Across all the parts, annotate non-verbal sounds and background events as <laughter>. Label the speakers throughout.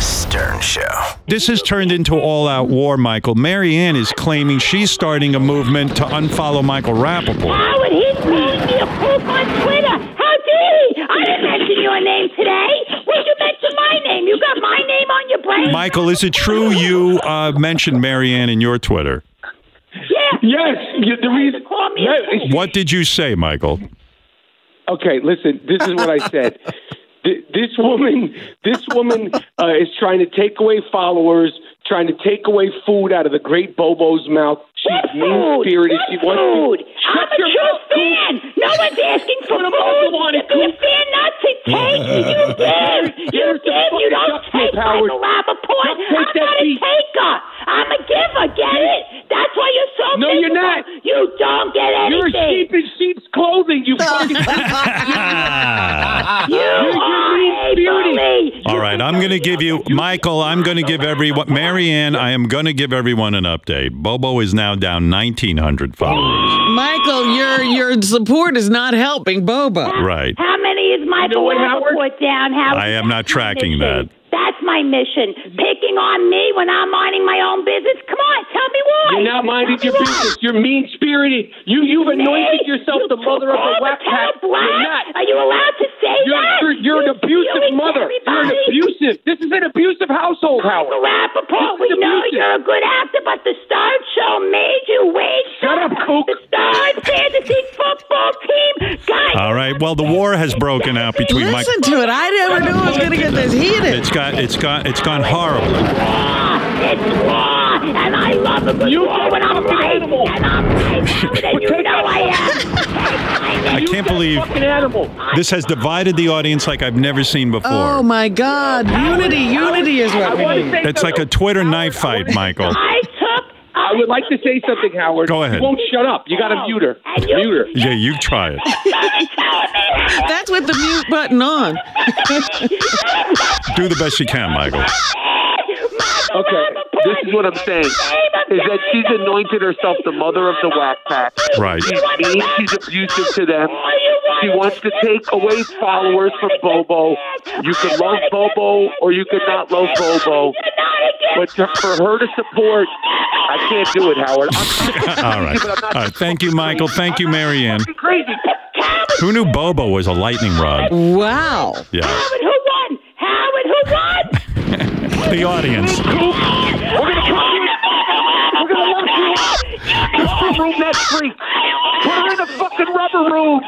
Speaker 1: Stern Show.
Speaker 2: This has turned into all out war, Michael. Marianne is claiming she's starting a movement to unfollow Michael Rappaport.
Speaker 3: How it hit me? You poop on Twitter. How dare he? I didn't mention your name today. Well, you mentioned my name. You got my name on your brain.
Speaker 2: Michael, is it true you uh, mentioned Marianne in your Twitter?
Speaker 3: Yeah.
Speaker 4: Yes, you, the reason.
Speaker 3: Call me a
Speaker 4: No, it's-
Speaker 2: What did you say, Michael? <laughs>
Speaker 4: Okay, listen. This is what I
Speaker 3: <laughs>
Speaker 4: said. Th- this woman, this woman uh, is trying to take away followers, trying to take away food out of the great Bobo's mouth.
Speaker 3: What
Speaker 4: She's mean
Speaker 3: food?
Speaker 4: spirited. She
Speaker 3: What
Speaker 4: wants
Speaker 3: food?
Speaker 4: to
Speaker 3: I'm
Speaker 4: shut
Speaker 3: a
Speaker 4: your
Speaker 3: true
Speaker 4: mouth, Coop.
Speaker 3: fan. No one's asking for
Speaker 4: Shut
Speaker 3: food.
Speaker 4: up, I don't want it,
Speaker 3: You're a fan not
Speaker 4: <laughs>
Speaker 3: to take. You dare. You
Speaker 4: Here's the
Speaker 3: dare. You don't take
Speaker 4: fucking duct tape,
Speaker 3: Michael Rappaport.
Speaker 4: Duct
Speaker 3: I'm
Speaker 4: tape that
Speaker 3: not a
Speaker 4: beat.
Speaker 3: taker. I'm a giver. Get it? That's why you're so
Speaker 4: No, you're
Speaker 3: miserable.
Speaker 4: not.
Speaker 3: You don't get
Speaker 4: You're a
Speaker 3: anything.
Speaker 4: sheep in sheep's clothing. You fucking.
Speaker 3: You are
Speaker 4: mean
Speaker 3: a
Speaker 4: beauty.
Speaker 3: bully.
Speaker 2: All right, I'm going to give you, Michael, I'm going to give everyone, Marianne, I am going to give everyone an update. Bobo is now down 1,900 followers.
Speaker 5: Michael, your your support is not helping Boba.
Speaker 2: Right.
Speaker 3: How many is Michael
Speaker 4: what, Howard?
Speaker 3: Rappaport down? Howard,
Speaker 2: I am not
Speaker 3: that's my
Speaker 2: tracking
Speaker 3: mission.
Speaker 2: that.
Speaker 3: That's my mission. Picking on me when I'm minding my own business. Come on, tell me why.
Speaker 4: You're not minding
Speaker 3: Tell
Speaker 4: your
Speaker 3: me why.
Speaker 4: business. You're mean spirited. You you've
Speaker 3: Me?
Speaker 4: anointed yourself
Speaker 3: You
Speaker 4: the mother of the
Speaker 3: call
Speaker 4: whack
Speaker 3: the
Speaker 4: pack.
Speaker 3: cow black?
Speaker 4: You're not.
Speaker 3: Are you allowed to say
Speaker 4: You're,
Speaker 3: that?
Speaker 4: you're, you're an abusive
Speaker 3: spewing
Speaker 4: mother. You're an
Speaker 3: everybody.
Speaker 4: abusive. This is an abusive household,
Speaker 3: Michael
Speaker 4: Howard.
Speaker 3: Rappaport, we
Speaker 4: You're
Speaker 3: know
Speaker 4: abusive.
Speaker 3: you're a good actor, but the Stern Show made you wait.
Speaker 4: Shut up, Cook.
Speaker 3: The Stern Fantasy Football Team, guys.
Speaker 2: All right. Well, the war has broken out between Michael.
Speaker 5: Listen to it. I never knew it was going to get this heated.
Speaker 2: It's got, it's got, it's gone horribly.
Speaker 3: war. It's war, and I love a good
Speaker 4: You
Speaker 3: war
Speaker 4: just
Speaker 3: when I'm
Speaker 4: fucking
Speaker 3: right,
Speaker 4: animal.
Speaker 3: and I'm right, and you know I am.
Speaker 4: <laughs>
Speaker 3: Take my
Speaker 2: I
Speaker 3: name.
Speaker 2: can't believe
Speaker 4: Fucking animal.
Speaker 2: this has divided the audience like I've never seen before.
Speaker 5: Oh my God! Unity, unity is what
Speaker 4: I
Speaker 5: we
Speaker 4: want to
Speaker 5: need.
Speaker 4: say
Speaker 2: It's like
Speaker 4: something.
Speaker 2: a Twitter knife fight, Michael.
Speaker 3: I took.
Speaker 4: I would like to say something, Howard.
Speaker 2: Go ahead.
Speaker 4: You won't shut up. You got to mute her.
Speaker 3: And you-
Speaker 4: Mute her.
Speaker 2: Yeah, you try it.
Speaker 5: That's with the mute button on.
Speaker 2: Do the best you can, Michael. <laughs>
Speaker 4: Okay, this is what I'm saying. Is that she's anointed herself the mother of the whack pack.
Speaker 2: Right.
Speaker 4: She's mean, she's abusive to them. She wants to take away followers from Bobo. You can love Bobo or you can not love Bobo. But to, for her to support, I can't do it, Howard. I'm
Speaker 2: All right. All right. Thank you, Michael. Thank you, Marianne.
Speaker 4: crazy.
Speaker 2: Who knew Bobo was a lightning rod?
Speaker 5: Wow!
Speaker 2: Yeah.
Speaker 3: Howard, who won? Howard, who won?
Speaker 2: The audience.
Speaker 4: We're gonna come here. We're gonna love you. Put room that freak. Put her in the fucking rubber room.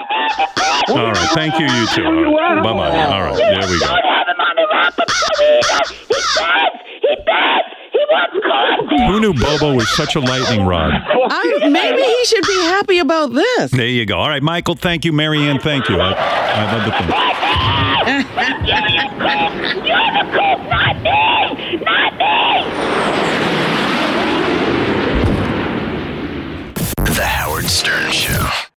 Speaker 2: All right. Thank you, you two. Bye bye. All right. There we go.
Speaker 3: Don't have him on the wrap up either. He bats. He bats. He wants gold.
Speaker 2: Who knew Bobo was such a lightning rod?
Speaker 5: I, maybe he should be happy about this.
Speaker 2: There you go. All right, Michael. Thank you, Marianne. Thank you. I, I love the thing.
Speaker 3: You're the cook, not me. Not